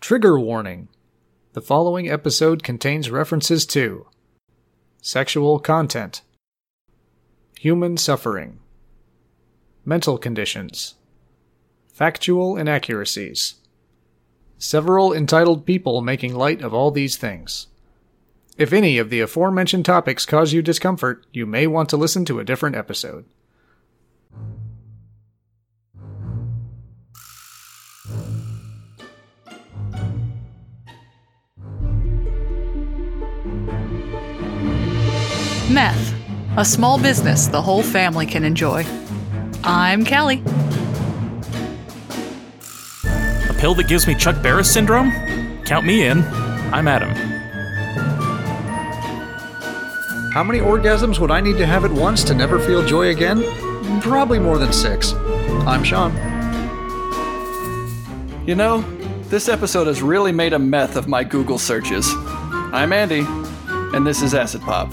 Trigger warning the following episode contains references to sexual content, human suffering, mental conditions, factual inaccuracies, several entitled people making light of all these things. If any of the aforementioned topics cause you discomfort, you may want to listen to a different episode. Meth, a small business the whole family can enjoy. I'm Kelly. A pill that gives me Chuck Barris syndrome? Count me in. I'm Adam. How many orgasms would I need to have at once to never feel joy again? Probably more than six. I'm Sean. You know, this episode has really made a meth of my Google searches. I'm Andy, and this is Acid Pop.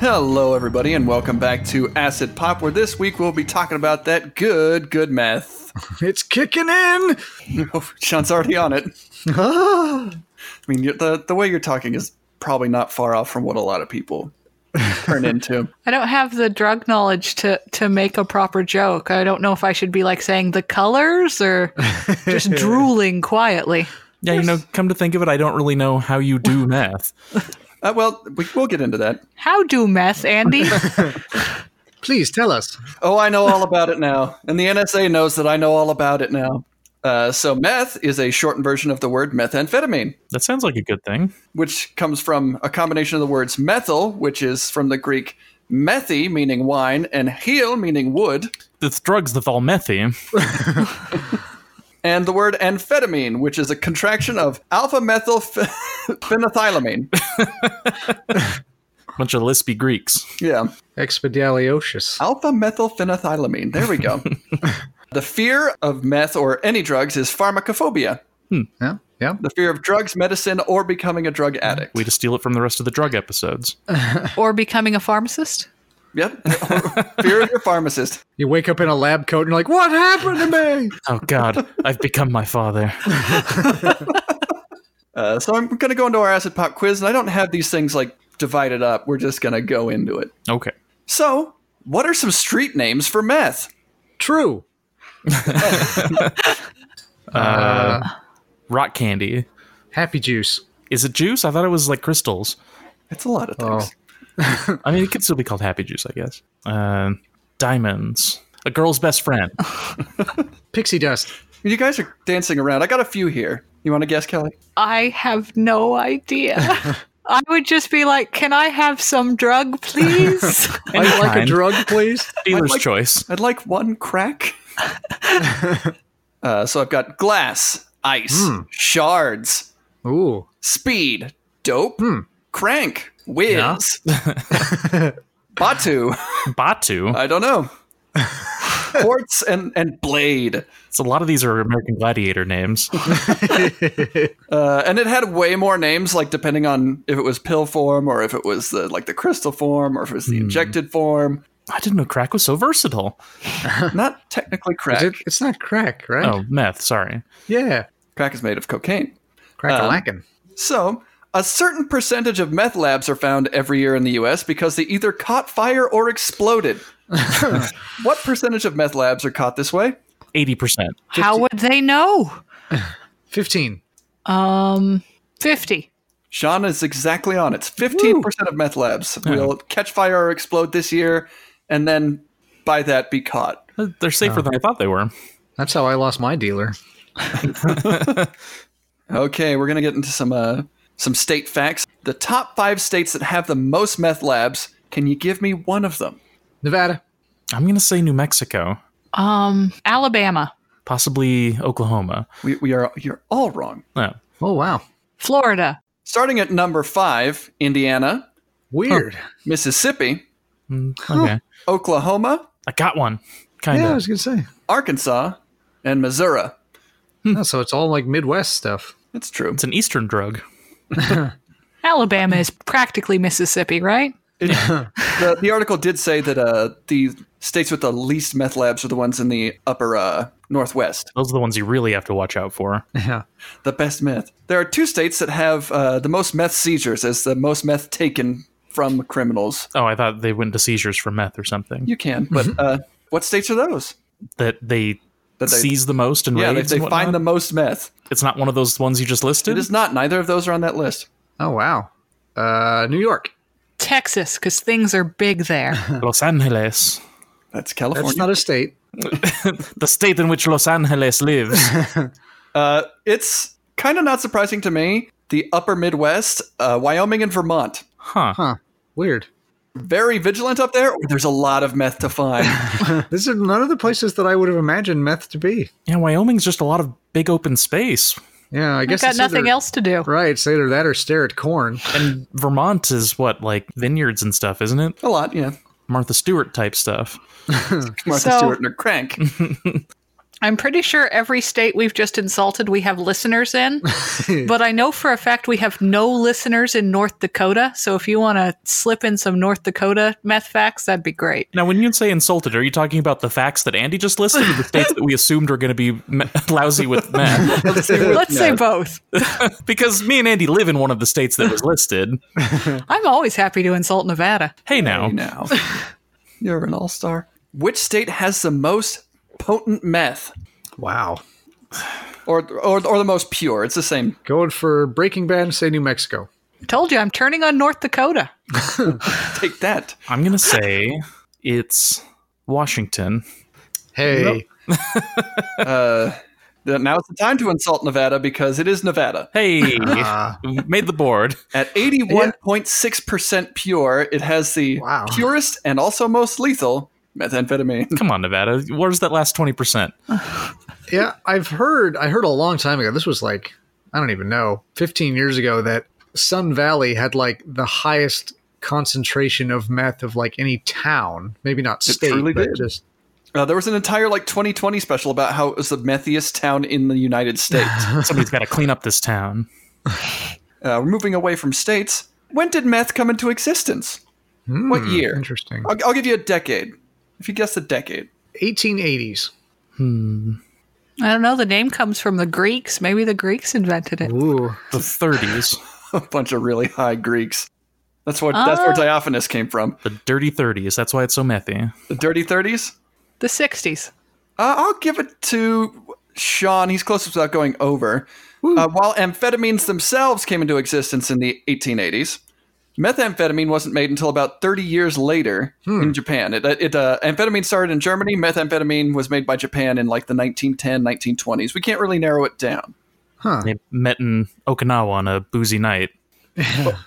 Hello, everybody, and welcome back to Acid Pop, where this week we'll be talking about that good, good meth. Oh, It's kicking in! Sean's already on it. I mean, you're- the, the way you're talking is probably not far off from what a lot of people turn into. I don't have the drug knowledge to, to make a proper joke. I don't know if I should be like saying the colors or just drooling quietly. Yeah, you know, come to think of it, I don't really know how you do meth. Uh, well, we, we'll get into that. How do meth, Andy? Please tell us. Oh, I know all about it now. And the NSA knows that I know all about it now. Uh, so, meth is a shortened version of the word methamphetamine, That sounds like a good thing. which comes from a combination of the words methyl, which is from the Greek methi, meaning wine, and heal, meaning wood, It's drugs that fall methy. and the word amphetamine, which is a contraction of alpha methyl ph- phenethylamine. Bunch of lispy Greeks. Yeah. Expedaliocious. Alpha methyl phenethylamine. There we go. the fear of meth or any drugs is pharmacophobia. Yeah? Yeah? The fear of drugs, medicine, or becoming a drug addict. Way to steal it from the rest of the drug episodes. or becoming a pharmacist? Yep. Fear of your pharmacist. You wake up in a lab coat and you're like, what happened to me? Oh, God. I've become my father. Uh, so I'm going to go into our acid pop quiz, and I don't have these things like divided up. We're just going to go into it. Okay. So, what are some street names for meth? True. Rock candy. Happy juice. Is it juice? I thought it was like crystals. It's a lot of Oh. things. I mean, it could still be called happy juice, I guess. Um diamonds. A girl's best friend. Pixie dust. You guys are dancing around. I got a few here. You want to guess, Kelly? I have no idea. I would just be like, can I have some drug, please? I'd like a Anytime. drug, please. Dealer's like- choice. I'd like one crack. uh, so I've got glass, ice, shards, Ooh. speed, dope, crank, whiz, batu. Batu. I don't know. Quartz and, and blade. So a lot of these are American Gladiator names. Uh, and it had way more names, like depending on if it was pill form or if it was the like the crystal form or if it was the Hmm. injected form. I didn't know crack was so versatile. Not technically crack. Is it, it's not crack, right? Oh, meth. Sorry. Yeah. Crack is made of cocaine. Crack a lackin'. So a certain percentage of meth labs are found every year in the U.S. because they either caught fire or exploded. what percentage of meth labs are caught this way? Eighty percent. How would they know? 15. Um, 50. Sean is exactly on. It's 15% of meth labs will catch fire or explode this year, and then by that be caught. Uh, They're safer Oh. than I thought they were. That's how I lost my dealer. Okay, we're gonna get into some uh, some state facts. The top five states that have the most meth labs. Can you give me one of them? Nevada. I'm gonna say New Mexico, Um, Alabama, possibly Oklahoma. We, we are you're all wrong. No, Oh, wow. Florida, Starting at number five, Indiana, Weird. Mississippi, okay, Oklahoma, I got one. Kind Yeah, I of. was going to say. Arkansas, and Missouri. No, so it's all like Midwest stuff. It's true. it's an Eastern drug. Alabama is practically Mississippi, right? It, the, the article did say that uh, the states with the least meth labs are the ones in the upper uh, northwest. Those are the ones you really have to watch out for. Yeah. The best meth. There are two states that have uh, the most meth seizures, as the most meth taken from criminals. Oh, I thought they went to seizures for meth or something. You can, but Mm-hmm. uh, what states are those? that they That they- seize the most and Yeah, they, raids they and whatnot? find the most meth. It's not one of those ones you just listed. It is not. Neither of those are on that list. Oh wow. Uh, New York. Texas, because things are big there. Los Angeles, That's That's California. not a state. the state in which Los Angeles lives. Uh, it's kind of not surprising to me. The upper Midwest, uh, Wyoming and Vermont. Huh. Huh. Weird. Very vigilant up there. There's a lot of meth to find. This is none of the places that I would have imagined meth to be. Yeah, Wyoming's just a lot of big open space, Yeah, I I've guess got it's either- nothing else to do. Right, it's either that or stare at corn. and Vermont is what like vineyards and stuff, isn't it? a lot, yeah. Martha Stewart type stuff. Martha So- Stewart and her crank. I'm pretty sure every state we've just insulted, we have listeners in. but I know for a fact we have no listeners in North Dakota. So if you want to slip in some North Dakota meth facts, that'd be great. Now, when you say insulted, are you talking about the facts that Andy just listed, or the states that we assumed are going to be me- lousy with men? Let's say both. because me and Andy live in one of the states that was listed. I'm always happy to insult Nevada. Hey, now, now. You're an all star. Which state has the most potent meth? Wow. Or, or, or the most pure? It's the same. Going for Breaking Bad and say New Mexico. Told you I'm turning on North Dakota. Take that. I'm going to say it's Washington. Hey, Uh, Now it's the time to insult Nevada because it is Nevada. Hey, made the board. At 81.6% pure, it has the Wow. purest and also most lethal methamphetamine. Come on, Nevada. Where's that last 20%? yeah, I've heard. I heard a long time ago. This was like I don't even know, 15 years ago. That Sun Valley had like the highest concentration of meth of like any town, maybe not state, truly but did. just Uh, there was an entire like 2020 special about how it was the methiest town in the United States. Somebody's got to clean up this town. uh, we're moving away from states. When did meth come into existence? what year? interesting. I'll, I'll give you a decade. If you guess the decade, 1880s. I don't know. The name comes from the Greeks. Maybe the Greeks invented it. Ooh, The 30s. a bunch of really high Greeks. That's what. that's where Diophantus came from. The dirty 30s. That's why it's so methy. The dirty thirties. The 60s. Uh, I'll give it to Sean. He's closest without going over. Uh, while amphetamines themselves came into existence in the 1880s, methamphetamine wasn't made until about 30 years later in Japan. It, it uh, amphetamine started in Germany. Methamphetamine was made by Japan in like the 1910, 1920s. We can't really narrow it down. They met in Okinawa on a boozy night.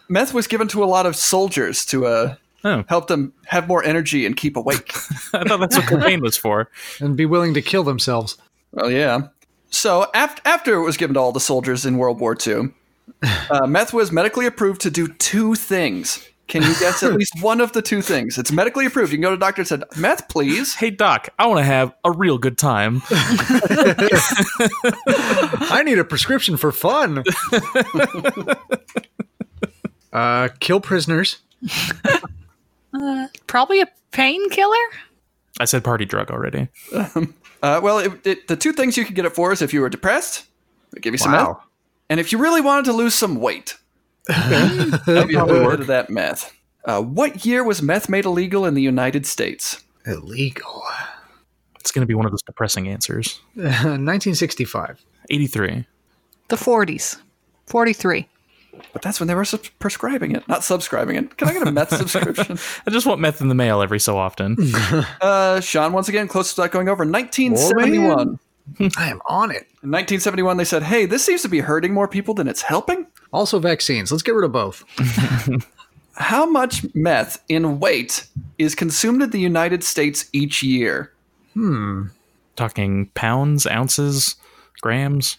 Meth was given to a lot of soldiers to uh, Oh, help them have more energy and keep awake. I thought that's what cocaine was for. and be willing to kill themselves. Well, yeah. So after after it was given to all the soldiers in World War II, uh, meth was medically approved to do two things. Can you guess at least one of the two things? It's medically approved. You can go to a doctor and said, "Meth, please." Hey, Doc, I want to have a real good time. I need a prescription for fun. uh, kill prisoners. Probably a painkiller? I said party drug already. Uh, well, it, it, the two things you could get it for is if you were depressed, they give you some meth, and if you really wanted to lose some weight, that'd be a little bit of that meth. Uh, what year was meth made illegal in the United States? Illegal. It's going to be one of those depressing answers. 1965. 83. The 40s. 43. But that's when they were sub- prescribing it, not subscribing it. Can I get a meth subscription? I just want meth in the mail every so often. Uh, Sean, once again, closest without going over. 1971. Oh, In I am on it. 1971, they said, hey, this seems to be hurting more people than it's helping. Also, vaccines. Let's get rid of both. How much meth in weight is consumed in the United States each year? Talking pounds, ounces, grams.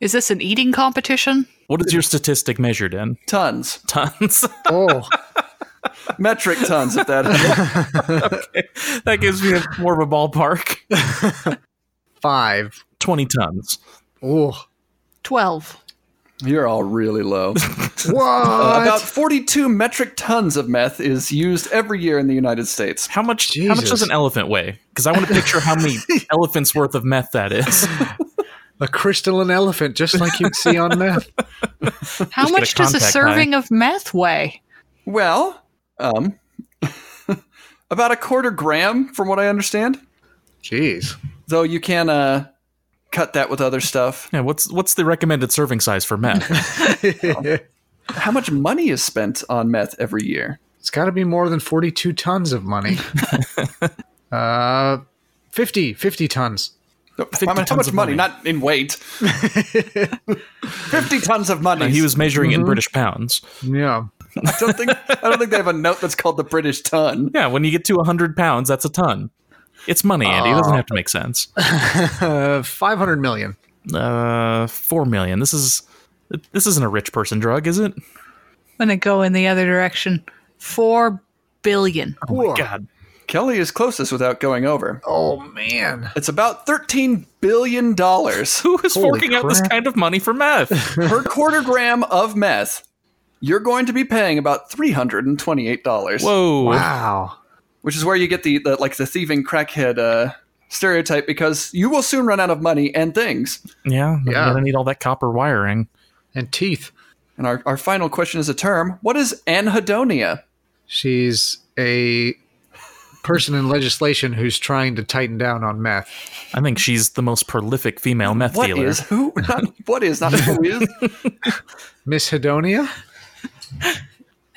Is this an eating competition? What is your statistic measured in? Tons. Tons. Oh, Metric tons, if that. that gives me a, more of a ballpark. five. 20 tons. Oh, 12. You're all really low. What? About 42 metric tons of meth is used every year in the United States. How much? How much Jesus. does an elephant weigh? Because I want to picture how many elephants worth of meth that is. a crystalline elephant, just like you'd see on meth. How Just get much a does a contact serving of meth weigh? Well, um, about a quarter gram, from what I understand. Jeez. Though you can uh, cut that with other stuff. Yeah, what's what's the recommended serving size for meth? How much money is spent on meth every year? It's got to be more than 42 tons of money. uh, 50, 50 tons. I mean, how tons much of money? money. Not in weight. 50 tons of money. And he was measuring in British pounds. Yeah. I don't think I don't think they have a note that's called the British ton. Yeah, when you get to 100 pounds, that's a ton. It's money, Andy. It doesn't have to make sense. Uh, 500 million. Uh, four million. This is this isn't a rich person drug, is it? I'm going to go in the other direction. Four billion. Whoa. God, Kelly is closest without going over. Oh, man. It's about 13 billion dollars who is Holy forking out this crap. kind of money for meth? per quarter gram of meth. You're going to be paying about $328. Whoa. Wow. which is where you get the, the like the thieving crackhead uh, stereotype because you will soon run out of money and things. Yeah, Yeah. yeah. I need all that copper wiring. And teeth. And our, our final question is a term. What is anhedonia? She's a person in legislation who's trying to tighten down on meth. I think she's the most prolific female meth What is dealer. who? Not, what is not who is? Miss Hedonia? I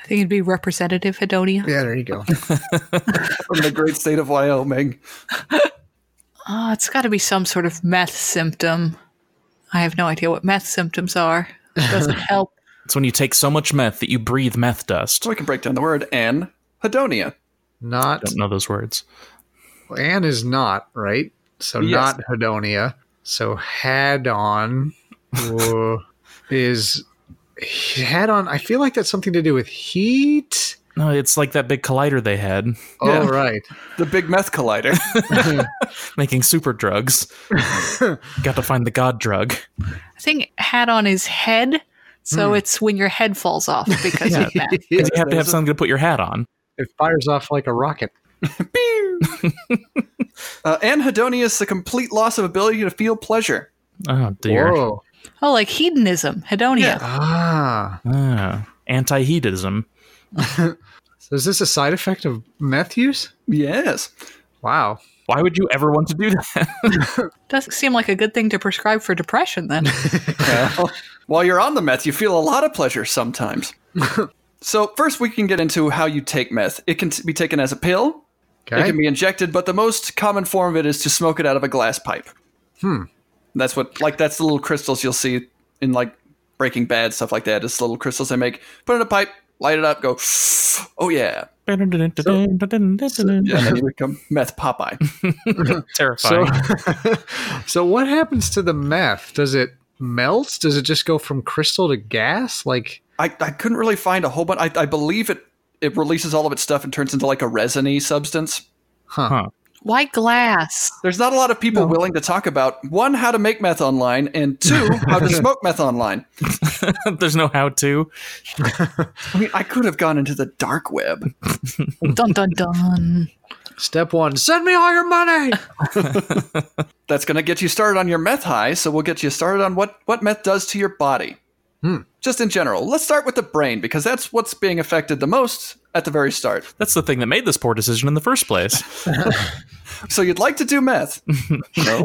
think it'd be Representative Hedonia. Yeah, there you go. from the great state of Wyoming. Oh, it's got to be some sort of meth symptom. I have no idea what meth symptoms are. Doesn't help. It's when you take so much meth that you breathe meth dust. So we can break down the word anhedonia. Not. don't know those words. Anne is not, right? So Yes. not Hedonia. So Hadon uh, is Hadon. I feel like that's something to do with heat. No, it's like that big collider they had, Oh, Yeah. right. The big meth collider. making super drugs. Got to find the god drug. I think had on his head. So Hmm. it's when your head falls off because of meth. You have to have something to put your hat on. It fires off like a rocket. uh, anhedonia is the complete loss of ability to feel pleasure. Oh dear. Whoa. Oh, like hedonism, hedonia. Ah. Ah, anti-hedonism. So is this a side effect of meth use? Yes. Wow. Why would you ever want to do that? Doesn't seem like a good thing to prescribe for depression then. Uh, While you're on the meth, you feel a lot of pleasure sometimes. so, first, we can get into how you take meth. It can t- be taken as a pill, it Okay. can be injected, but the most common form of it is to smoke it out of a glass pipe. Hmm. That's what, like, that's the little crystals you'll see in, like, Breaking Bad, stuff like that. It's little crystals they make. Put in a pipe, light it up, go, oh yeah. Yeah, and then you become meth Popeye. so, Terrifying. so what happens to the meth? Does it melt? Does it just go from crystal to gas? Like, I, I couldn't really find a whole bunch. I, I believe it, it releases all of its stuff and turns into, like, a resiny substance. huh. Why glass? There's not a lot of people willing to talk about one, how to make meth online, and two, how to smoke meth online. There's no how to. I mean, I could have gone into the dark web. Dun dun dun. step one, send me all your money. That's going to get you started on your meth high, so we'll get you started on what, what meth does to your body. Just in general. Let's start with the brain, because that's what's being affected the most at the very start. That's the thing that made this poor decision in the first place. So you'd like to do meth? no.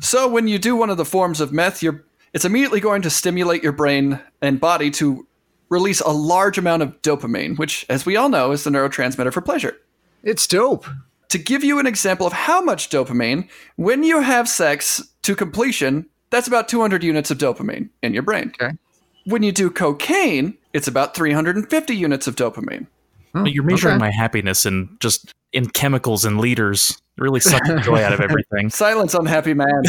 So when you do one of the forms of meth, you're it's immediately going to stimulate your brain and body to release a large amount of dopamine, which, as we all know, is the neurotransmitter for pleasure. It's dope. To give you an example of how much dopamine, when you have sex to completion, that's about 200 units of dopamine in your brain. Okay. When you do cocaine, it's about 350 units of dopamine. You're measuring okay. my happiness in just in chemicals and liters. It really sucks the joy out of everything. Silence, unhappy man.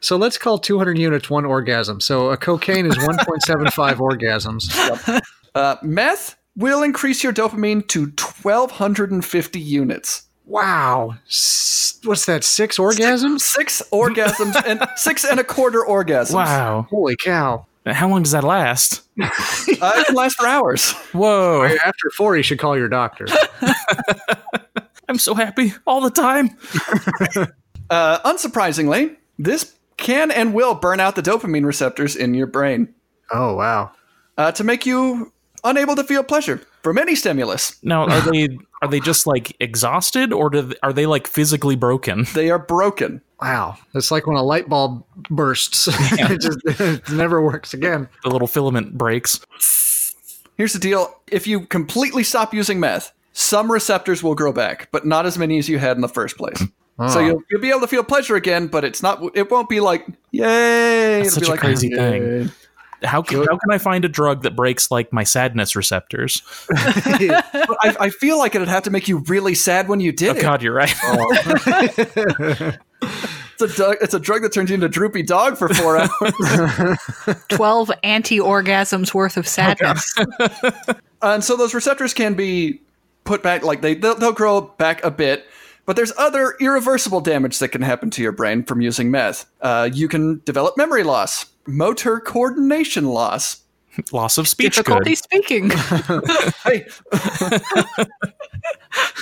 So let's call 200 units one orgasm. So a cocaine is 1.75 orgasms. Uh, meth will increase your dopamine to 1,250 units. Wow. S- what's that? Six orgasms? Six orgasms and six and a quarter orgasms. Wow. Holy cow. How long does that last? Uh, it can last for hours. Whoa. After four, you should call your doctor. I'm so happy all the time. Uh, unsurprisingly, this can and will burn out the dopamine receptors in your brain oh, wow. uh, to make you unable to feel pleasure from any stimulus. Now, are they are they just like exhausted, or do they, are they like physically broken? They are broken. Wow. It's like when a light bulb bursts, it just it never works again. The little filament breaks. Here's the deal if you completely stop using meth, some receptors will grow back, but not as many as you had in the first place. Hmm. So Oh. you'll, you'll be able to feel pleasure again, but it's not. It won't be like yay. That's It'll be such a like, crazy "Yay." thing. How can, how can I find a drug that breaks like my sadness receptors? But I, I feel like it'd have to make you really sad when you Oh did it. God, you're right. It's a dog, it's a drug that turns you into a droopy dog for four hours. 12 anti orgasms worth of sadness. and so those receptors can be put back like they they'll, they'll grow back a bit but there's other irreversible damage that can happen to your brain from using meth uh, you can develop memory loss motor coordination loss Loss of speech. Difficulty Good. speaking. hey.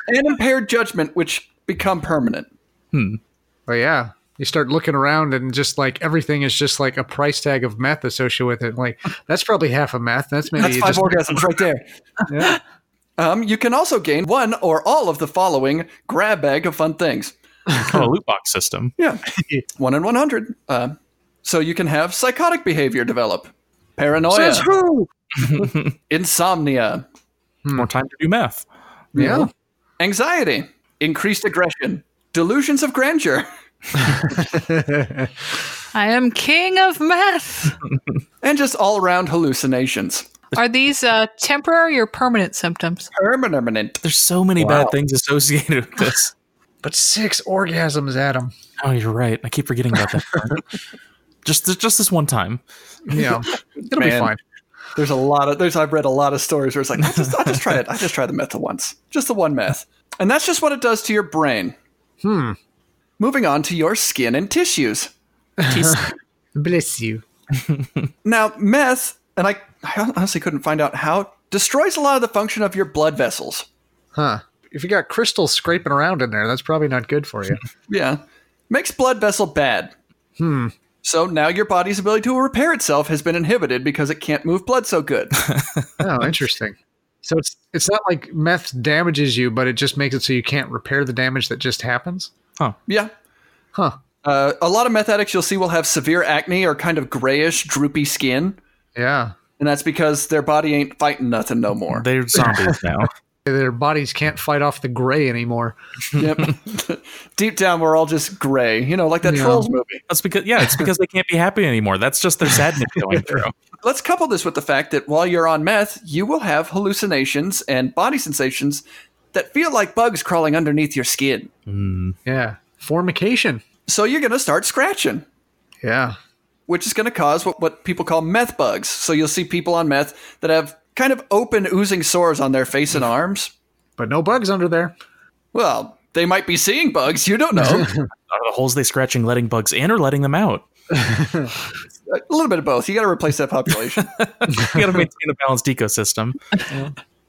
and impaired judgment which become permanent But yeah, you start looking around and just like everything is just like a price tag of meth associated with it. Like that's probably half a meth. That's maybe that's you five just- orgasms right there Yeah. um, you can also gain one or all of the following grab bag of fun things Oh, a loot box system. Yeah. One in 100. Uh, so you can have psychotic behavior develop, Oh, paranoia, Says who? insomnia, More time to do math. Yeah. anxiety, increased aggression, delusions of grandeur, I am king of meth. and just all around hallucinations. Are these uh, temporary or permanent symptoms? Permanent. There's so many Wow. bad things associated with this. But six orgasms, Adam. Oh, you're right. I keep forgetting about that. part. just just this one time. Yeah. It'll be Man. fine. There's a lot of there's I've read a lot of stories where it's like, I just I just try it. I just try the meth once. Just the one meth. And that's just what it does to your brain. Hmm. Moving on to your skin and tissues. Bless you. Now, meth, and I, I honestly couldn't find out how, destroys a lot of the function of your blood vessels. Huh. If you got crystals scraping around in there, that's probably not good for you. Yeah. Makes blood vessel bad. Hmm. So now your body's ability to repair itself has been inhibited because it can't move blood so good. oh, interesting. So it's it's not like meth damages you, but it just makes it so you can't repair the damage that just happens. yeah. Huh. Uh, a lot of meth addicts you'll see will have severe acne or kind of grayish, droopy skin. Yeah. And that's because their body ain't fighting nothing no more. They're zombies now. Their bodies can't fight off the gray anymore. yep. Deep down, we're all just gray, you know, like that Yeah. Trolls movie. That's because yeah, it's because they can't be happy anymore. That's just their sadness going through. Let's couple this with the fact that while you're on meth, you will have hallucinations and body sensations that feel like bugs crawling underneath your skin. Yeah. Formication. So you're going to start scratching. Yeah. which is going to cause what, what people call meth bugs. So you'll see people on meth that have kind of open, oozing sores on their face and arms. But no bugs under there. Well, they might be seeing bugs. You don't know. Are the holes they scratching letting bugs in or letting them out? a little bit of both. You got to replace that population. You got to maintain a balanced ecosystem.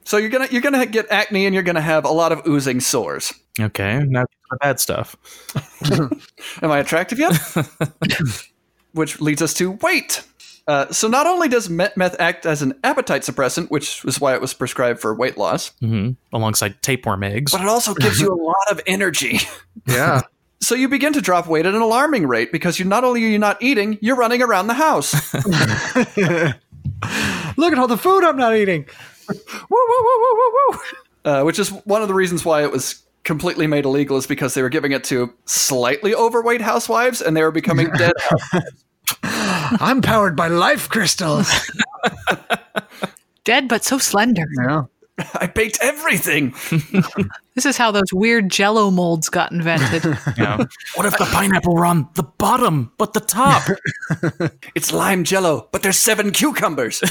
so you're gonna you're gonna get acne, and you're gonna have a lot of oozing sores. Okay, now the bad stuff. Am I attractive yet? which leads us to weight. Uh, so not only does me- meth act as an appetite suppressant, which is why it was prescribed for weight loss, hmm Alongside tapeworm eggs. but it also gives you a lot of energy. Yeah. So you begin to drop weight at an alarming rate because you not only are you not eating, you're running around the house. Look at all the food I'm not eating. uh, which is one of the reasons why it was completely made illegal is because they were giving it to slightly overweight housewives and they were becoming dead. I'm powered by life crystals. Dead but so slender. yeah. I baked everything. This is how those weird jello molds got invented. Yeah. What if the pineapple were on the bottom but the top? It's lime jello, but there's seven cucumbers.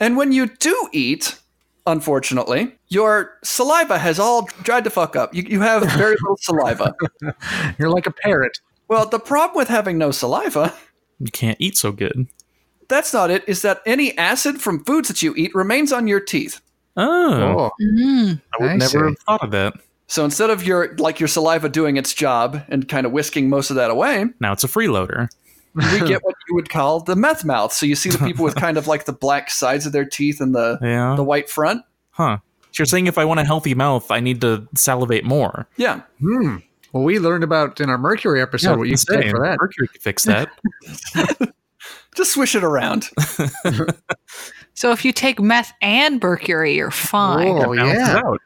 and when you do eat, unfortunately, your saliva has all dried to fuck up. You, you have very little saliva. You're like a parrot. Well, the problem with having no saliva You can't eat so good. That's not it. Is that any acid from foods that you eat remains on your teeth? Oh, Oh, Mm. I would I never see. have thought of that. So instead of your like your saliva doing its job and kind of whisking most of that away, Now it's a freeloader. we get what you would call the meth mouth. So you see the people with kind of like the black sides of their teeth and the Yeah. the white front. Huh. So you're saying if I want a healthy mouth, I need to salivate more. Yeah. hmm. Well, we learned about in our Mercury episode what you that's said insane. for that. Mercury could fix that. Just swish it around. So if you take meth and mercury, you're fine. Oh, Balances yeah. out.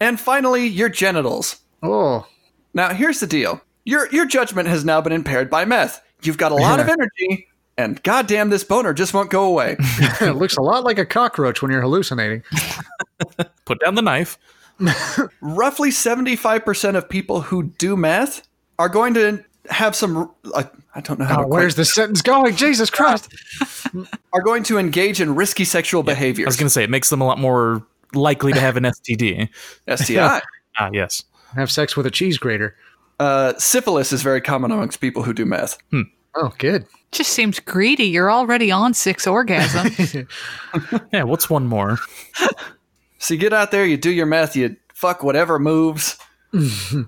and finally, your genitals. Oh, Now here's the deal. Your your judgment has now been impaired by meth. You've got a lot of energy, and goddamn this boner just won't go away. it looks a lot like a cockroach when you're hallucinating. Put down the knife. Roughly 75% of people who do meth are going to have some uh, I don't know how Oh, to quite, where's this sentence going? Jesus Christ. are going to engage in risky sexual I was behaviors. going to say it makes them a lot more likely to have an STD. STI. Ah, yes. Have sex with a cheese grater. Uh, syphilis is very common amongst people who do meth. Oh, good. Just seems greedy. You're already on six orgasms. Yeah. What's one more? So you get out there, you do your meth, you fuck whatever moves, and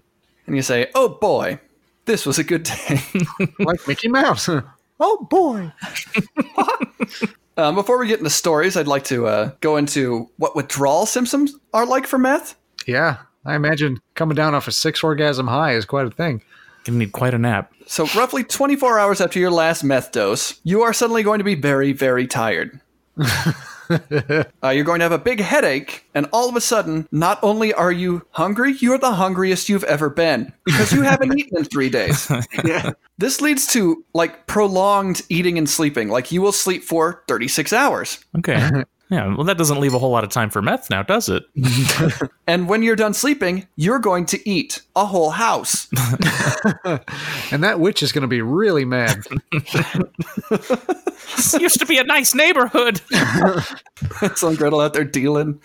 you say, "Oh boy, this was a good day." like Mickey Mouse. oh, boy. Um, before we get into stories, I'd like to uh, go into what withdrawal symptoms are like for meth. Yeah. I imagine coming down off a six orgasm high is quite a thing. Gonna need quite a nap. So, roughly 24 hours after your last meth dose, you are suddenly going to be very, very tired. uh, you're going to have a big headache, and all of a sudden, not only are you hungry, you are the hungriest you've ever been because you haven't eaten in three days. This leads to like prolonged eating and sleeping. Like you will sleep for 36 hours. Okay. Yeah. Well, that doesn't leave a whole lot of time for meth now, does it? And when you're done sleeping, you're going to eat a whole house. And that witch is going to be really mad. this used to be a nice neighborhood. Some Gretel out there dealing.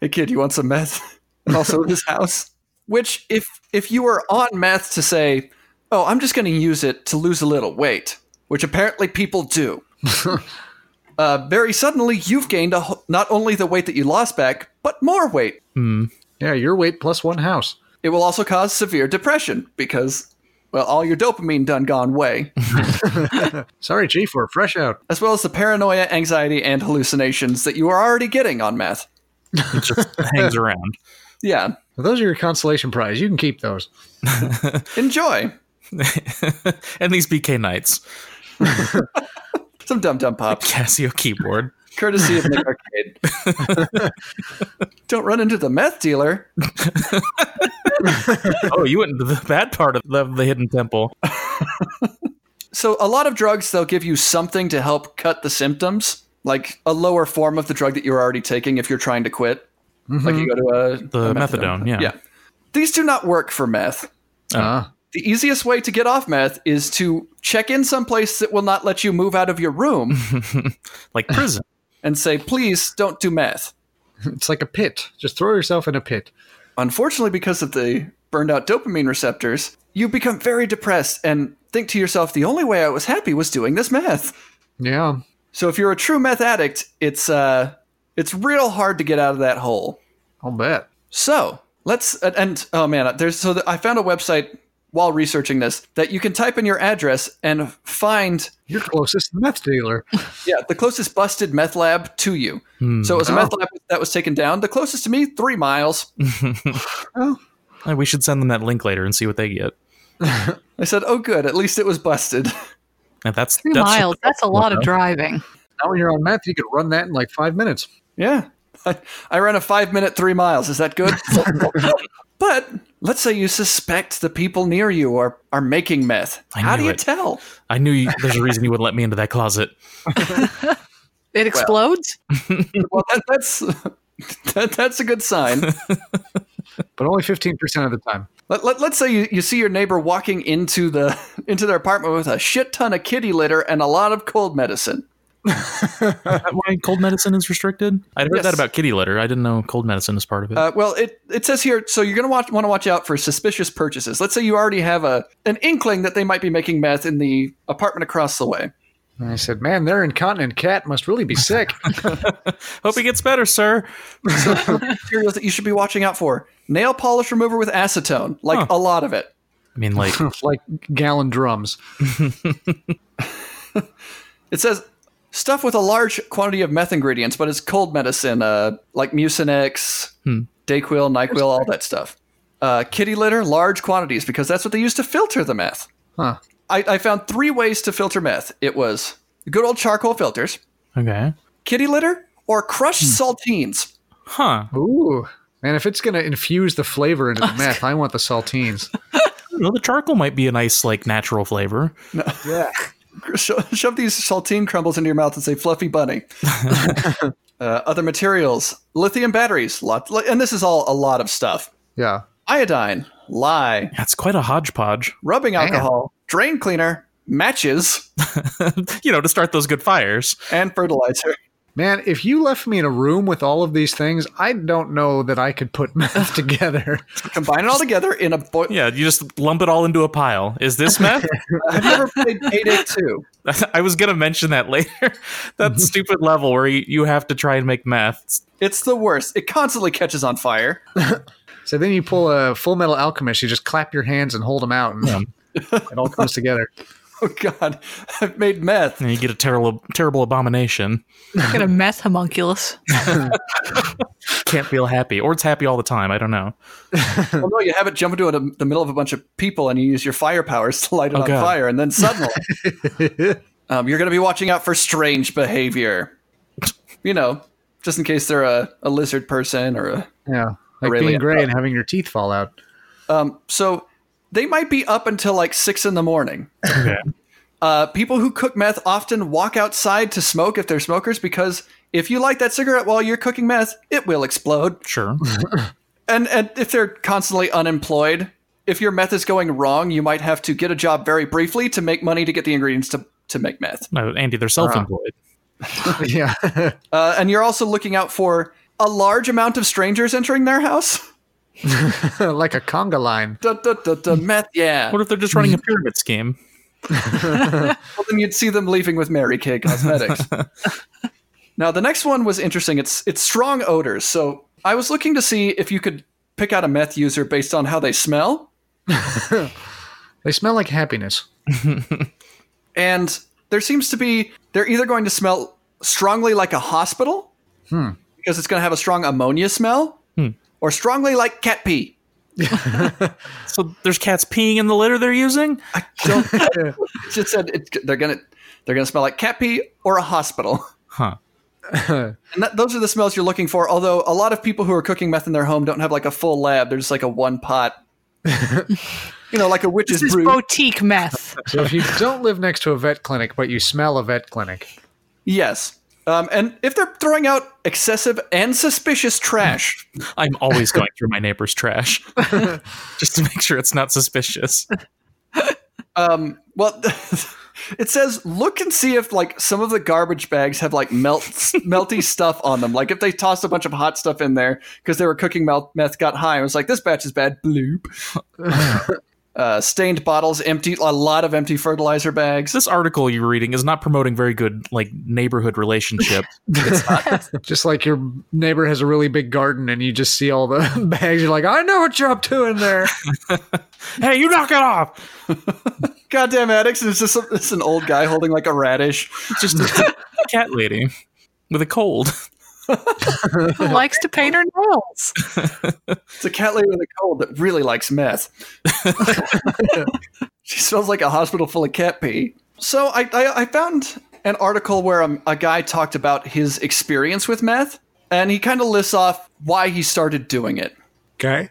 hey kid, you want some meth? And also this house. Which if if you were on meth to say, Oh, I'm just gonna use it to lose a little weight, which apparently people do. uh, very suddenly you've gained a, ho- not only the weight that you lost back, but more weight. yeah, your weight plus one house. It will also cause severe depression because well, all your dopamine done gone way, Sorry, Chief, we're fresh out. as well as the paranoia, anxiety, and hallucinations that you are already getting on meth. It just hangs around. Yeah. Those are your consolation prize. You can keep those. Enjoy. and these BK Knights, Some dum dum pop, Casio keyboard. courtesy of Nick Arcade. Don't run into the meth dealer. Oh, you went into the bad part of the, the hidden temple. So, a lot of drugs, they'll give you something to help cut the symptoms, like a lower form of the drug that you're already taking if you're trying to quit. Like you go to a, Mm-hmm. The a methadone, yeah. Yeah. These do not work for meth. Uh, The easiest way to get off meth is to check in someplace that will not let you move out of your room Like prison. and say, please don't do meth. it's like a pit. Just throw yourself in a pit. unfortunately, because of the burned out dopamine receptors, you become very depressed and think to yourself, the only way I was happy was doing this meth. Yeah. So if you're a true meth addict, it's uh, it's real hard to get out of that hole. I'll bet. So let's and, and oh man, there's so that I found a website while researching this that you can type in your address and find Your closest meth dealer. yeah the closest busted meth lab to you. So it was a meth lab that was taken down. The closest to me, three miles. Uh, We should send them that link later and see what they get. I said, oh good, at least it was busted. And that's Two that's miles. That's a lot of driving. Now, when you're on meth, you could run that in like five minutes. Yeah. I, I ran a five minute three miles. Is that good? but let's say you suspect the people near you are, are making meth. I How knew do you it. tell? I knew you, there's a reason you wouldn't let me into that closet. It explodes. Well, that, that's that, that's a good sign. but only 15% of the time. Let, let, let's say you, you see your neighbor walking into the into their apartment with a shit ton of kitty litter and a lot of cold medicine. that why cold medicine is restricted? I heard Yes. that about kitty litter. I didn't know cold medicine is part of it. Uh, well, it, it says here, so you're going to watch, want to watch out for suspicious purchases. Let's say you already have a an inkling that they might be making meth in the apartment across the way. And I said, man, their incontinent cat must really be sick. Hope it gets better, sir. Materials that you should be watching out for: nail polish remover with acetone, like Huh. a lot of it. I mean, like, like gallon drums. It says stuff with a large quantity of meth ingredients, but it's cold medicine, uh, like Mucinex, Dayquil, Nyquil, all that stuff. Uh, kitty litter, large quantities, because that's what they use to filter the meth. Huh. I, I found three ways to filter meth. It was good old charcoal filters. okay, kitty litter or crushed saltines. huh? Ooh. And if it's going to infuse the flavor into the meth, I want the saltines. I don't know, the charcoal might be a nice, like, natural flavor. Yeah. Sho- Shove these saltine crumbles into your mouth and say fluffy bunny. uh, other materials, lithium batteries, lot, li- and this is all a lot of stuff. Yeah. Iodine, lye, That's quite a hodgepodge. rubbing Damn. alcohol, drain cleaner, matches, you know, to start those good fires. and fertilizer. Man, if you left me in a room with all of these things, I don't know that I could put meth together. Combine it all together in a boil. Yeah, you just lump it all into a pile. Is this meth? Have you ever played Payday 2? I was gonna mention that later. that stupid level where you, you have to try and make meth. It's the worst. It constantly catches on fire. So then you pull a Full Metal Alchemist, you just clap your hands and hold them out, and it all comes together. Oh, God. I've made meth. And you get a terrible, terrible abomination. Got a meth homunculus. Can't feel happy, or it's happy all the time. I don't know. Well, no, you have it jump into a, the middle of a bunch of people and you use your fire powers to light it Oh, on God. fire, and then suddenly um, you're going to be watching out for strange behavior. You know, just in case they're a, a lizard person or a. Yeah. Like Really? being gray and having your teeth fall out. Um, so they might be up until like six in the morning. Okay. Uh, people who cook meth often walk outside to smoke if they're smokers because if you light that cigarette while you're cooking meth, it will explode. Sure. and and if they're constantly unemployed, if your meth is going wrong, you might have to get a job very briefly to make money to get the ingredients to to make meth. No, Andy, they're self-employed. yeah. Uh, and you're also looking out for a large amount of strangers entering their house. like a conga line. Duh, duh, duh, duh, meth, yeah. What if they're just running a pyramid scheme? Well, then you'd see them leaving with Mary Kay Cosmetics. now the next one was interesting. It's it's strong odors. So I was looking to see if you could pick out a meth user based on how they smell. They smell like happiness. and there seems to be they're either going to smell strongly like a hospital because it's going to have a strong ammonia smell Hmm. or strongly like cat pee So there's cats peeing in the litter they're using. so it just said it, they're going to they're going to smell like cat pee or a hospital Huh. and that, those are the smells you're looking for although a lot of people who are cooking meth in their home don't have like a full lab they're just like a one pot you know like a witch's This is brew boutique meth. So if you don't live next to a vet clinic, but you smell a vet clinic, yes um, and if they're throwing out excessive and suspicious trash I'm always going through my neighbor's trash just to make sure it's not suspicious. Um, well, it says look and see if like some of the garbage bags have like melt melty stuff on them. Like if they tossed a bunch of hot stuff in there because they were cooking mel- meth, got high. and was like, this batch is bad. Bloop. uh, stained bottles, empty, a lot of empty fertilizer bags. This article you're reading is not promoting very good like neighborhood relationship. just like your neighbor has a really big garden and you just see all the bags, you're like, I know what you're up to in there. hey, you knock it off. Goddamn addicts! And it's just some- it's an old guy holding like a radish. It's Just a cat lady with a cold. Who likes to paint her nails? It's a cat lady with a cold that really likes meth. she smells like a hospital full of cat pee. So I, I, I found an article where um, a, a guy talked about his experience with meth, and he kind of lists off why he started doing it. Okay.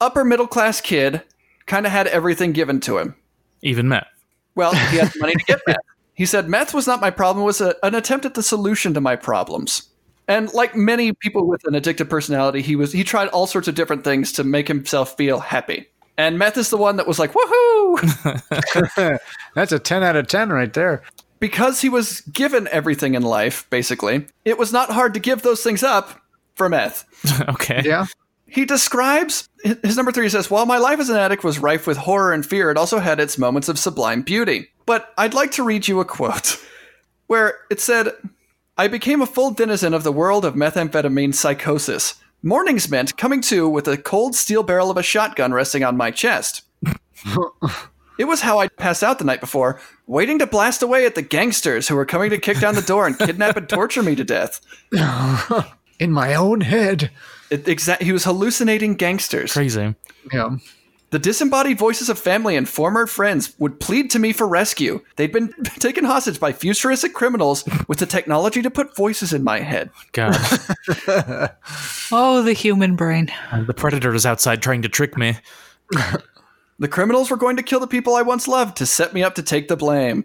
Upper middle class kid, kind of had everything given to him. Even meth. Well, he had the money to get meth. He said, Meth was not my problem, it was a, an attempt at the solution to my problems. And like many people with an addictive personality, he was he tried all sorts of different things to make himself feel happy. And meth is the one that was like, woohoo! That's a 10 out of 10 right there. because he was given everything in life, basically, it was not hard to give those things up for meth. okay. Yeah. He describes his his number three says, While my life as an addict was rife with horror and fear, it also had its moments of sublime beauty. But I'd like to read you a quote where it said, I became a full denizen of the world of methamphetamine psychosis. Mornings meant coming to with a cold steel barrel of a shotgun resting on my chest. it was how I passed out the night before, waiting to blast away at the gangsters who were coming to kick down the door and kidnap and torture me to death. In my own head. It, exa- he was hallucinating gangsters. Crazy. Yeah. The disembodied voices of family and former friends would plead to me for rescue. They'd been taken hostage by futuristic criminals with the technology to put voices in my head. God. Oh, the human brain. And the predator is outside trying to trick me. The criminals were going to kill the people I once loved to set me up to take the blame.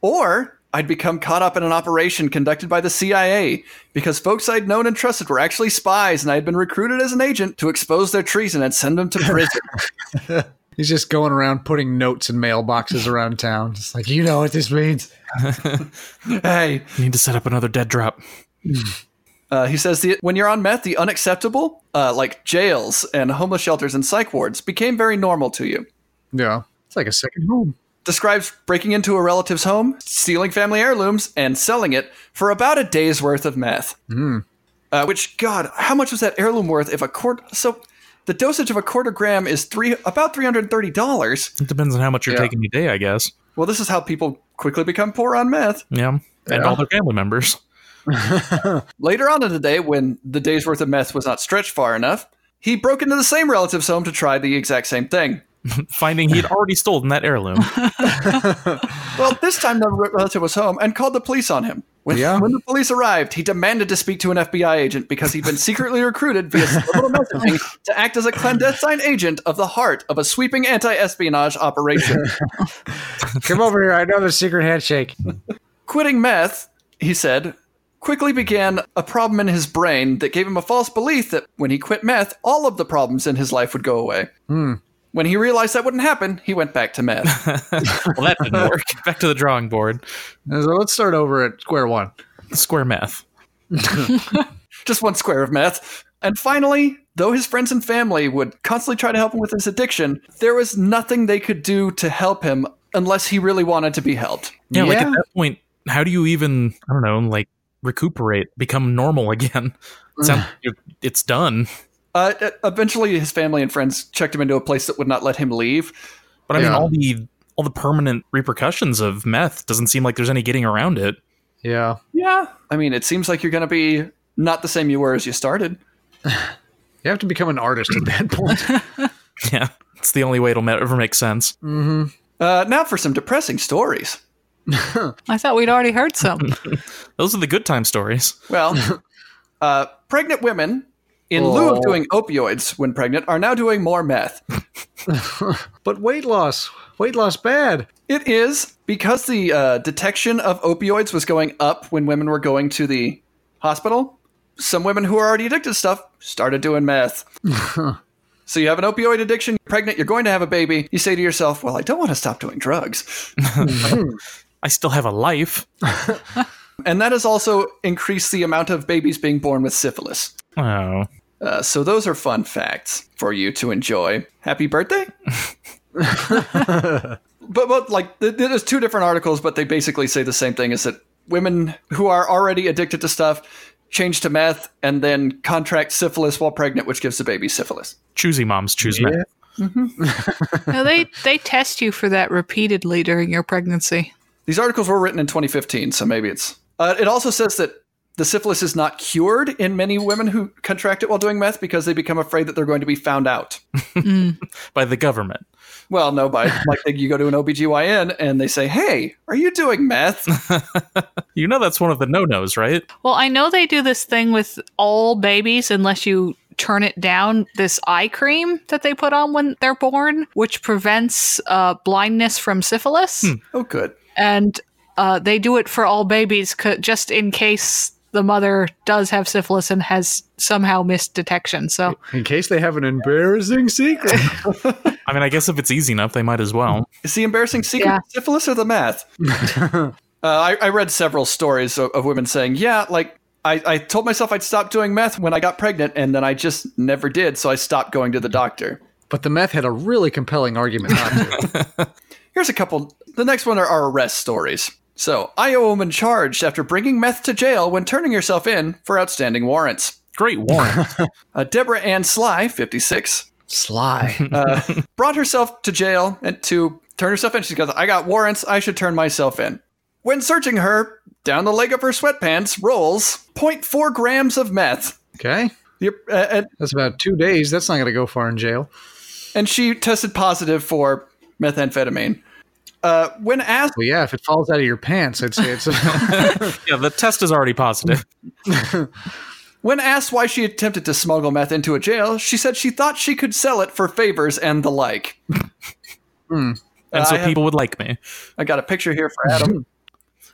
or I'd become caught up in an operation conducted by the CIA because folks I'd known and trusted were actually spies and I had been recruited as an agent to expose their treason and send them to prison. He's just going around putting notes in mailboxes around town. It's like, you know what this means. hey, Need to set up another dead drop. Uh, he says the, when you're on meth, the unacceptable, uh, like jails and homeless shelters and psych wards, became very normal to you. Yeah. It's like a second home. Describes breaking into a relative's home, stealing family heirlooms, and selling it for about a day's worth of meth. Uh, which, God, how much was that heirloom worth? If a quarter, so the dosage of a quarter gram is three about three hundred thirty dollars. It depends on how much you're Yeah. taking a day, I guess. Well, this is how people quickly become poor on meth. Yeah. And all their family members. Later on in the day, when the day's worth of meth was not stretched far enough, he broke into the same relative's home to try the exact same thing. Finding he'd already stolen that heirloom. Well, this time the relative was home and called the police on him. When, Yeah. when the police arrived, he demanded to speak to an FBI agent because he'd been secretly recruited via subliminal messaging to act as a clandestine agent of the heart of a sweeping anti-espionage operation. Come over here. I know the secret handshake. Quitting meth, he said, quickly began a problem in his brain that gave him a false belief that when he quit meth, all of the problems in his life would go away. When he realized that wouldn't happen, he went back to meth. well, that didn't work. Back to the drawing board. So let's start over at square one. Square math. just one square of meth. And finally, though his friends and family would constantly try to help him with his addiction, there was nothing they could do to help him unless he really wanted to be helped. Yeah, like Yeah. at that point, how do you even, I don't know, like recuperate, become normal again? It sounds like you're- it's done. Uh, e- eventually, his family and friends checked him into a place that would not let him leave. But I mean, Yeah. all the all the permanent repercussions of meth doesn't seem like there's any getting around it. Yeah. Yeah. I mean, it seems like you're going to be not the same you were as you started. You have to become an artist at that point. Yeah, it's the only way it'll ma- ever make sense. Uh, now for some depressing stories. I thought we'd already heard some. Those are the good time stories. Well, uh, pregnant women, in lieu Oh. of doing opioids when pregnant, are now doing more meth. but weight loss. Weight loss bad. It is because the uh, detection of opioids was going up when women were going to the hospital. Some women who were already addicted to stuff started doing meth. so you have an opioid addiction, you're pregnant, you're going to have a baby. You say to yourself, "Well, I don't want to stop doing drugs," I still have a life. and that has also increased the amount of babies being born with syphilis. Oh, Uh, so those are fun facts for you to enjoy. Happy birthday! but but like th- th- there's two different articles, but they basically say the same thing: is that women who are already addicted to stuff change to meth and then contract syphilis while pregnant, which gives the baby syphilis. choosy moms choose meth. no, they they test you for that repeatedly during your pregnancy. These articles were written in 2015, so maybe it's. Uh, it also says that the syphilis is not cured in many women who contract it while doing meth because they become afraid that they're going to be found out. by the government. Well, no, by like you go to an OBGYN and they say, "Hey, are you doing meth?" You know that's one of the no-nos, right? Well, I know they do this thing with all babies unless you turn it down this eye cream that they put on when they're born which prevents uh, blindness from syphilis oh, good. and uh, they do it for all babies c- just in case the mother does have syphilis and has somehow missed detection. So In case they have an embarrassing secret. I mean, I guess if it's easy enough, they might as well. Is the embarrassing secret Yeah. syphilis or the math? uh, I, I read several stories of, of women saying, yeah, like I, I told myself I'd stop doing meth when I got pregnant, and then I just never did, so I stopped going to the doctor. but the meth had a really compelling argument not to. Here's a couple. The next one are our arrest stories. So, Iowa woman charged after bringing meth to jail when turning herself in for outstanding warrants. Great warrant. Uh, Deborah Ann Sly, 56, Sly. brought herself to jail and to turn herself in. She goes, I got warrants. I should turn myself in. When searching her, down the leg of her sweatpants rolls 0.4 grams of meth. Okay. The- uh, and, That's about two days. That's not going to go far in jail. and she tested positive for methamphetamine. Uh, when asked, Well, yeah, if it falls out of your pants, I'd say it's. yeah, the test is already positive. Uh, When asked why she attempted to smuggle meth into a jail, she said she thought she could sell it for favors and the like. And so I have- people would like me. I got a picture here for Adam.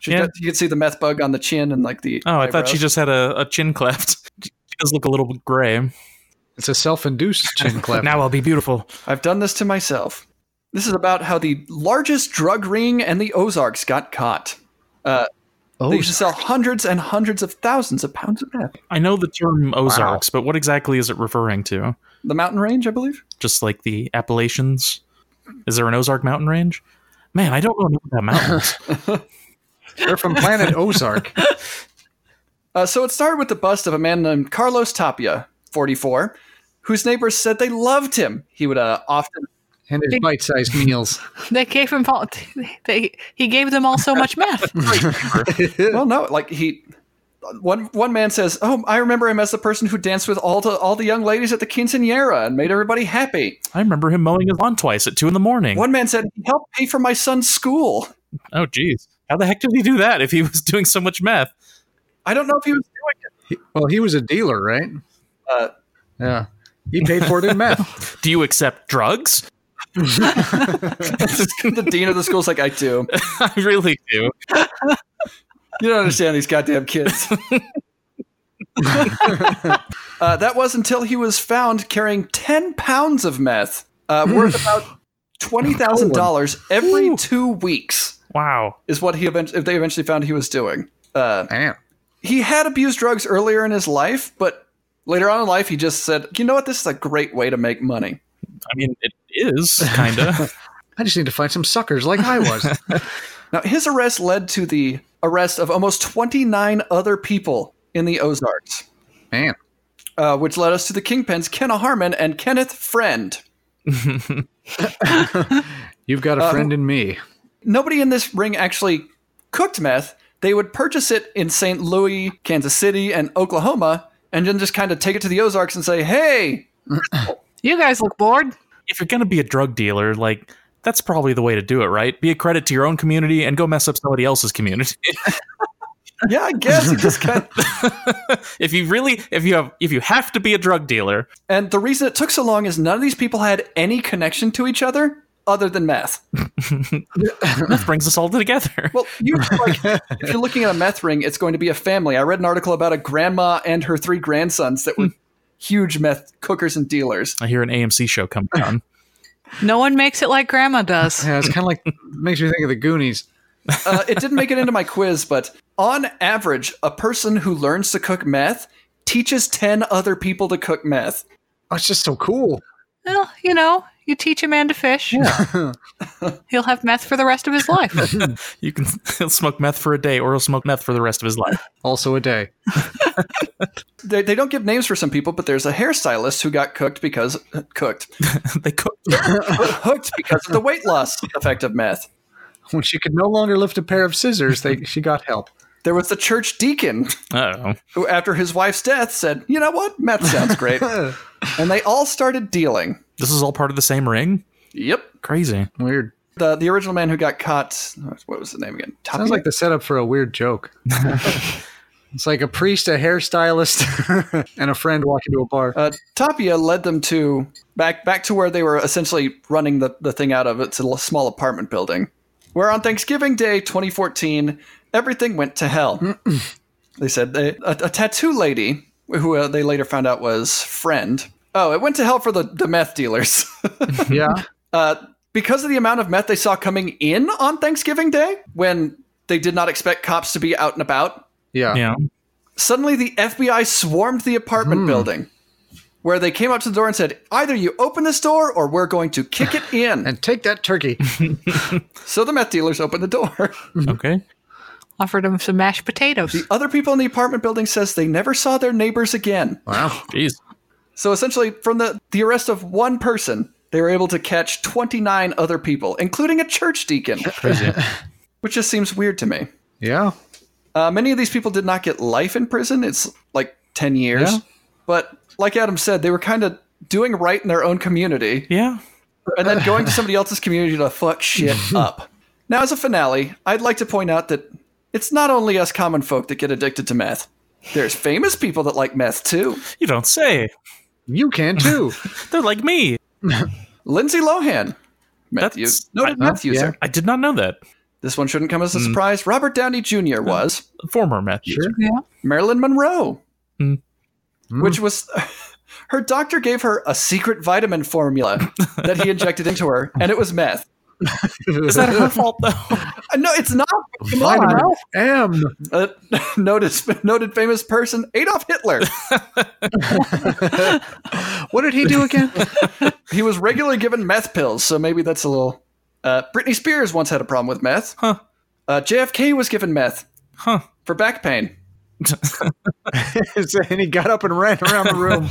She Yeah. got, you can see the meth bug on the chin and like the. Oh, I thought she eyebrows. just had a, a chin cleft. She does look a little gray. it's a self induced chin cleft. Now I'll be beautiful. I've done this to myself. This is about how the largest drug ring and the Ozarks got caught. oh, They used to sell hundreds and hundreds of thousands of pounds of meth. I know the term Ozarks, but what exactly is it referring to? The mountain range, I believe. Just like the Appalachians? Is there an Ozark mountain range? Man, I don't know enough about mountains. they're from planet Ozark. Uh, so it started with the bust of a man named Carlos Tapia, 44, whose neighbors said they loved him. He would uh, often And his bite sized meals. they gave him all, they he gave them all so much meth. Well, no, like he. One one man says, "Oh, I remember him as the person who danced with all the all the young ladies at the quinceanera and made everybody happy." I remember him mowing his lawn twice at two in the morning. One man said, "He helped pay for my son's school." Oh, geez. How the heck did he do that if he was doing so much meth? I don't know if he was doing it. Well, he was a dealer, right? Uh, Yeah. He paid for it in meth. Do you accept drugs? the dean of the school's like, "I do." I really do. You don't understand these goddamn kids. uh, that was until he was found carrying ten pounds of meth, uh, worth about twenty thousand dollars every two weeks. Wow. Is what he eventually they eventually found he was doing. Uh, Damn. he had abused drugs earlier in his life, but later on in life, he just said, you know what? This is a great way to make money. I mean, it is, kind of. I just need to find some suckers like I was. Now, his arrest led to the arrest of almost 29 other people in the Ozarks, Man. uh, which led us to the kingpins Kenna Harmon and Kenneth Friend. You've got Uh, a friend in me. Nobody in this ring actually cooked meth. They would purchase it in St. Louis, Kansas City, and Oklahoma, and then just kind of take it to the Ozarks and say, hey, You guys look bored. if you're going to be a drug dealer, like, that's probably the way to do it, right? Be a credit to your own community and go mess up somebody else's community. yeah, I guess. He just kind if you really, if you have, if you have to be a drug dealer, And the reason it took so long is none of these people had any connection to each other other than meth. that brings us all together. Well, you like if you're looking at a meth ring, it's going to be a family. I read an article about a grandma and her three grandsons that were huge meth cookers and dealers. I hear an AMC show coming on. No one makes it like grandma does. Yeah, it's kind of like, makes me think of the Goonies. Uh, it didn't make it into my quiz, but on average, a person who learns to cook meth teaches 10 other people to cook meth. Oh, it's just so cool. Well, you know, you teach a man to fish. He'll have meth for the rest of his life. You can he'll smoke meth for a day, or he'll smoke meth for the rest of his life. Also a day. They, they don't give names for some people, but there's a hairstylist who got cooked because cooked they cook. hooked because of the weight loss effect of meth. When she could no longer lift a pair of scissors, they she got help. There was the church deacon Oh, who, after his wife's death, said, "You know what? Meth sounds great," and they all started dealing. this is all part of the same ring. Yep. Crazy. Weird. The the original man who got caught. What was the name again? Sounds Tapia? like the setup for a weird joke. it's like a priest, a hairstylist, and a friend walk into a bar. uh, Tapia led them to back back to where they were essentially running the, the thing out of. It's a l- small apartment building. Where on Thanksgiving Day 2014, everything went to hell. They said they, a, a tattoo lady, who uh, they later found out was friend. Oh, it went to hell for the, the meth dealers. Yeah. uh, because of the amount of meth they saw coming in on Thanksgiving Day, when they did not expect cops to be out and about, Yeah. Yeah. suddenly the FBI swarmed the apartment Hmm. building, where they came up to the door and said, "Either you open this door, or we're going to kick it in." And take that turkey. so the meth dealers opened the door. Okay. Offered him some mashed potatoes. Other people in the apartment building says they never saw their neighbors again. Wow. Jeez. So essentially, from the, the arrest of one person, they were able to catch 29 other people, including a church deacon, Crazy. which just seems weird to me. Yeah. Uh, many of these people did not get life in prison. It's like 10 years. Yeah. But like Adam said, they were kind of doing right in their own community yeah. and then going to somebody else's community to fuck shit up. Now, as a finale, I'd like to point out that it's not only us common folk that get addicted to meth. There's famous people that like meth too. You don't say. You can too. They're like me. Lindsay Lohan, meth That's- use, noted I- meth user. yeah. I did not know that. This one shouldn't come as a surprise. Robert Downey Jr. was Former meth user. Yeah. Marilyn Monroe, Mm. which was her doctor gave her a secret vitamin formula that he injected into her, and it was meth. Is that her fault though? Uh, No, it's not. Come on. Vitamin M. Uh, noted, noted famous person Adolf Hitler. What did he do again? He was regularly given meth pills, so maybe that's a little. Uh, Britney Spears once had a problem with meth. Huh. Uh, JFK was given meth Huh. for back pain. and he got up and ran around the room.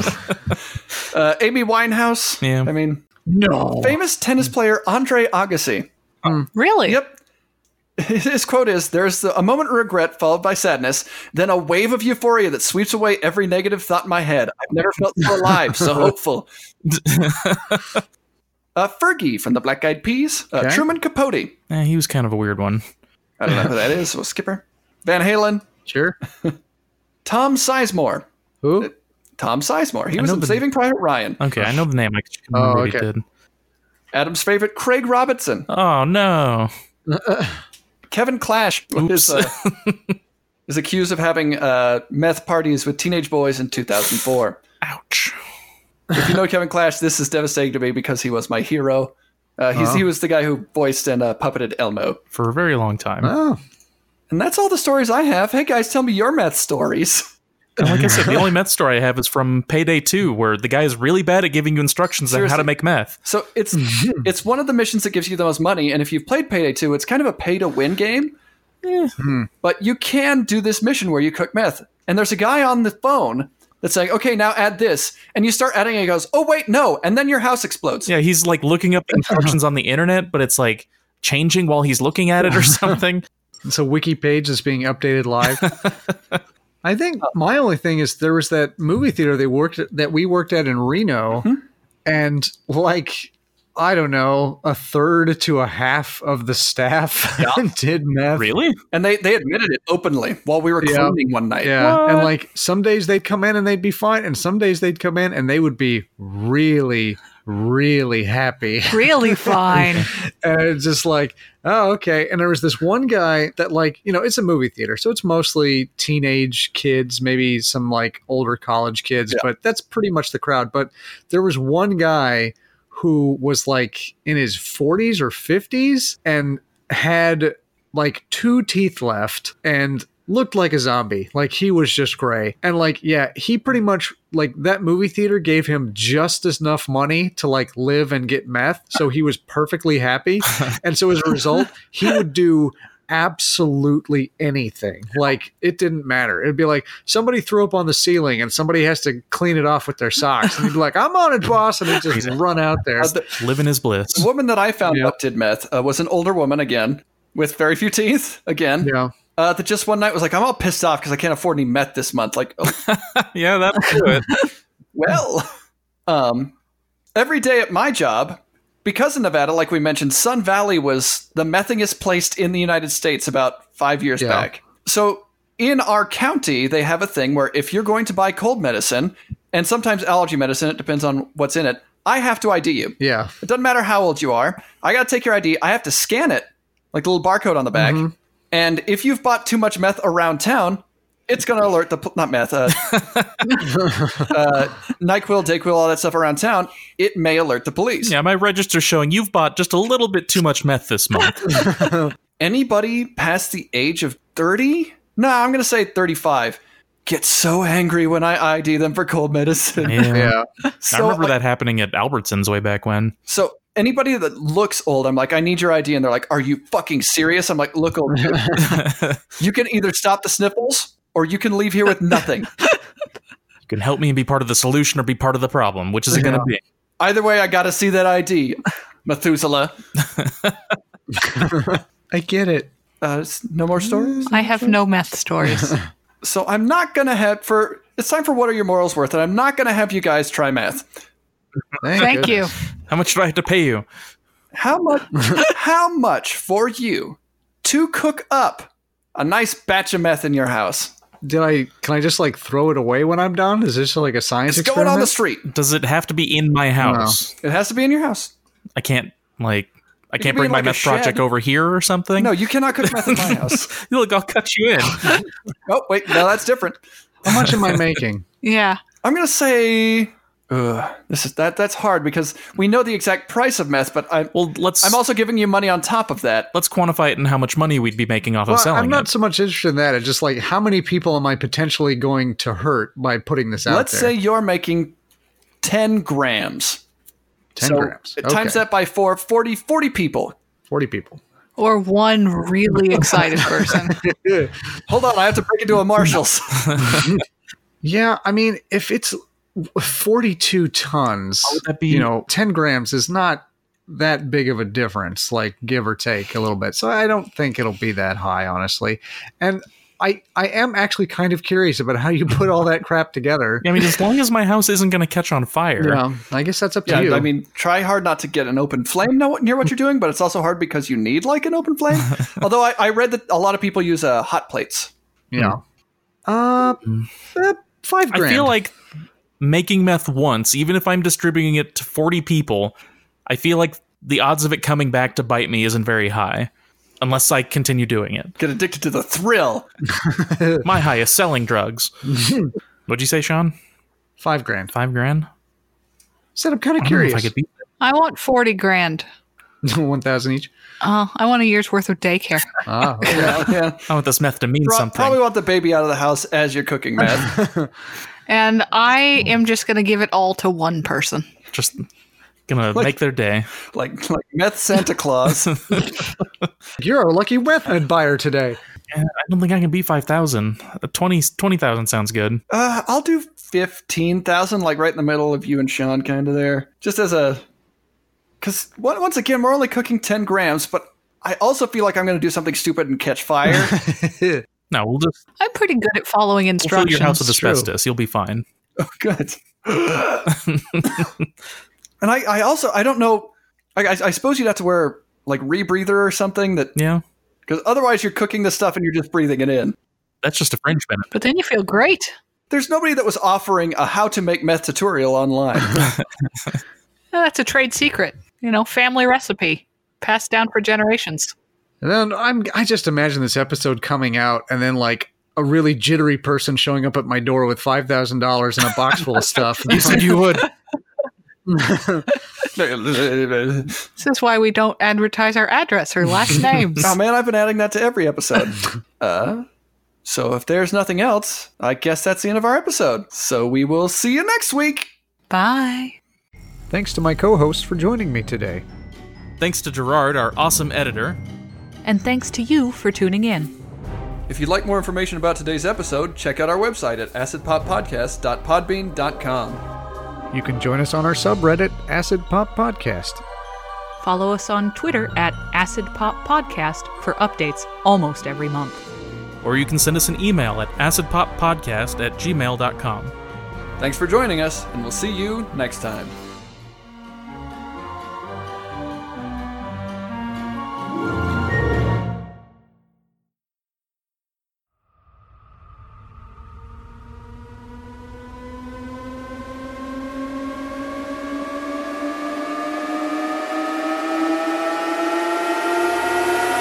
Uh, Amy Winehouse. Yeah. I mean, No. famous tennis player Andre Agassi. Really? Yep. His quote is There's the, a moment of regret followed by sadness, then a wave of euphoria that sweeps away every negative thought in my head. I've never felt so alive, so hopeful. uh, Fergie from the Black Eyed Peas, uh, Okay. Truman Capote. Eh, he was kind of a weird one. I don't know who that is. So Skipper. Van Halen. Sure. Tom Sizemore. Who? Tom Sizemore. He was know in the- Saving Private Ryan. Okay, I know the name. I just couldn't Oh, remember what okay. he did. Adam's favorite, Craig Robinson. Oh no. Kevin Clash Oops. is, uh, is accused of having uh, meth parties with teenage boys in 2004. Ouch. if you know Kevin Clash, this is devastating to me because he was my hero. Uh, Uh-huh. he's, He was the guy who voiced and uh, puppeted Elmo. For a very long time. Oh. And that's all the stories I have. Hey guys, tell me your meth stories. And like I said, the only meth story I have is from Payday 2, where the guy is really bad at giving you instructions on how Seriously. to make meth. So it's it's one of the missions that gives you the most money, and if you've played Payday 2, it's kind of a pay to win game. Eh. But you can do this mission where you cook meth, and there's a guy on the phone that's saying, "Okay, now add this," and you start adding, and he goes, "Oh wait, no!" And then your house explodes. Yeah, he's like looking up the instructions on the internet, but it's like changing while he's looking at it or something. It's a wiki page that's being updated live. I think my only thing is there was that movie theater they worked at, that we worked at in Reno, and like I don't know, a third to a half of the staff did meth. really? And they they admitted it openly while we were Yeah. cleaning one night. Yeah, and What? like some days they'd come in and they'd be fine, and some days they'd come in and they would be really, really happy. Really fine. and it's just like, oh, okay. And there was this one guy that, like, you know, it's a movie theater, so it's mostly teenage kids, maybe some like older college kids, but that's pretty much the crowd. But there was one guy who was like in his 40s or 50s and had like two teeth left and looked like a zombie. Like he was just gray. And like, yeah, he pretty much like that movie theater gave him just as enough money to like live and get meth. So he was perfectly happy. And so as a result, he would do absolutely anything. Like it didn't matter. It'd be like somebody threw up on the ceiling and somebody has to clean it off with their socks. And he'd be like, I'm on it, boss. And he'd just run out there. Uh, the- Living his bliss. The woman that I found Yeah. up did meth uh, was an older woman again, with very few teeth again. Yeah. Uh, that just one night was like, I'm all pissed off because I can't afford any meth this month. Like, oh, Yeah, that'll do it. well, um, every day at my job, because in Nevada, like we mentioned, Sun Valley was the methingest placed in the United States about five years Yeah. back. So in our county, they have a thing where if you're going to buy cold medicine and sometimes allergy medicine, it depends on what's in it. I have to ID you. Yeah. It doesn't matter how old you are. I got to take your ID. I have to Mm-hmm. scan it, like the little barcode on the back. And if you've bought too much meth around town, it's going to alert the pl- not meth, uh, uh, Nyquil, Dayquil, all that stuff around town. It may alert the police. Yeah, my register's showing you've bought just a little bit too much meth this month. Anybody past the age of thirty? No, I'm going to say thirty-five. Get so angry when I ID them for cold medicine. Yeah. So, I remember like, that happening at Albertsons way back when. So anybody that looks old, I'm like, I need your ID, and they're like, Are you fucking serious? I'm like, Look, old, dude, you you can either stop the sniffles or you can leave here with nothing. can help me and be part of the solution or be part of the problem, which is it going to be? Either way, I got to see that ID, Methuselah. I get it. Uh, s- no more stories. I have no meth stories. So I'm not gonna have for. It's time for what are your morals worth, and I'm not gonna have you guys try math. Thank you. goodness. How much do I have to pay you? How much? how much for you to cook up a nice batch of meth in your house? Did I? Can I just like throw it away when I'm done? Is this like a science It's experiment? going on the street. Does it have to be in my house? It has to be in your house. I can't like I could can't be bring in, my like, a meth project shed. over here or something. No, you cannot cook meth in my house. Look, I'll cut you in. Oh wait, no, that's different. How much am I making? Yeah. I'm gonna say ugh, this is that. That's hard because we know the exact price of meth, but I'm Well, let's I'm also giving you money on top of that. let's quantify it and how much money we'd be making off of Well, selling I'm not it. so much interested in that. It's just like how many people am I potentially going to hurt by putting this out Let's there? say you're making ten grams. ten so grams. it Times Okay. that by four, 40, 40 people. Forty people. Or one really excited person. Hold on, I have to break into a Marshalls. Yeah, I mean, if it's 42 tons, How would that be- you know, 10 grams is not that big of a difference, like give or take a little bit. So I don't think it'll be that high, honestly. And I, I am actually kind of curious about how you put all that crap together. I mean, as long as my house isn't going to catch on fire, Yeah, I guess that's up to yeah, you. I mean, try hard not to get an open flame know- near what you're doing, but it's also hard because you need like an open flame. Although I, I read that a lot of people use uh, hot plates. yeah. Uh, uh, five I grams. feel like making meth once, even if I'm distributing it to 40 people, I feel like the odds of it coming back to bite me isn't very high unless I continue doing it. Get addicted to the thrill. My highest selling drugs. What'd you say, Sean? five grand. Five grand? Said I'm kind of I don't know if curious. I could beat that. I want 40 grand. 1,000 each. Oh, I want a year's worth of daycare. Ah, okay. Yeah, yeah. I want this meth to mean Pro- something. Probably want the baby out of the house as you're cooking, man. And I am just going to give it all to one person. Just gonna make their day. like, like meth Santa Claus. You're our lucky weapon buyer today. I don't think I can beat 5,000. Uh, 20 20,000 sounds good. Uh, I'll do 15,000, like right in the middle of you and Sean, kind of there. Just as a. Because once again, we're only cooking 10 grams, but I also feel like I'm going to do something stupid and catch fire. No, we'll just I'm pretty good at following we'll fill instructions. your house with It's true. asbestos. You'll be fine. Oh, Good. and I, I also, I don't know. I, I, I suppose you'd have to wear like rebreather or something that. Yeah. Because otherwise, you're cooking this stuff and you're just breathing it in. That's just a fringe benefit. but then you feel great. There's nobody that was offering a how to make meth tutorial online. Eh, That's a trade secret, you know, family recipe passed down for generations. And then I'm I just imagine this episode coming out and then like a really jittery person showing up at my door with five thousand dollars and a box full of stuff. You said you would. oh This is why we don't advertise our address or last names. man, I've been adding that to every episode. Uh, so if there's nothing else, I guess that's the end of our episode. So we will see you next week. Bye. Thanks to my co-host for joining me today. Thanks to Gerard, our awesome editor. And thanks to you for tuning in. If you'd like more information about today's episode, check out our website at acidpoppodcast.podbean.com. You can join us on our subreddit, Acid Pop Podcast. Follow us on Twitter at Acid Pop Podcast for updates almost every month. Or you can send us an email at acidpoppodcast at gmail.com. Thanks for joining us, and we'll see you next time.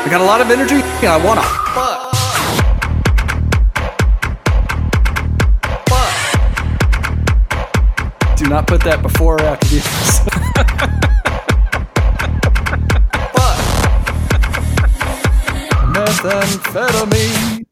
I got a lot of energy, and I want to fuck. not put that before or after the episode. But methamphetamine.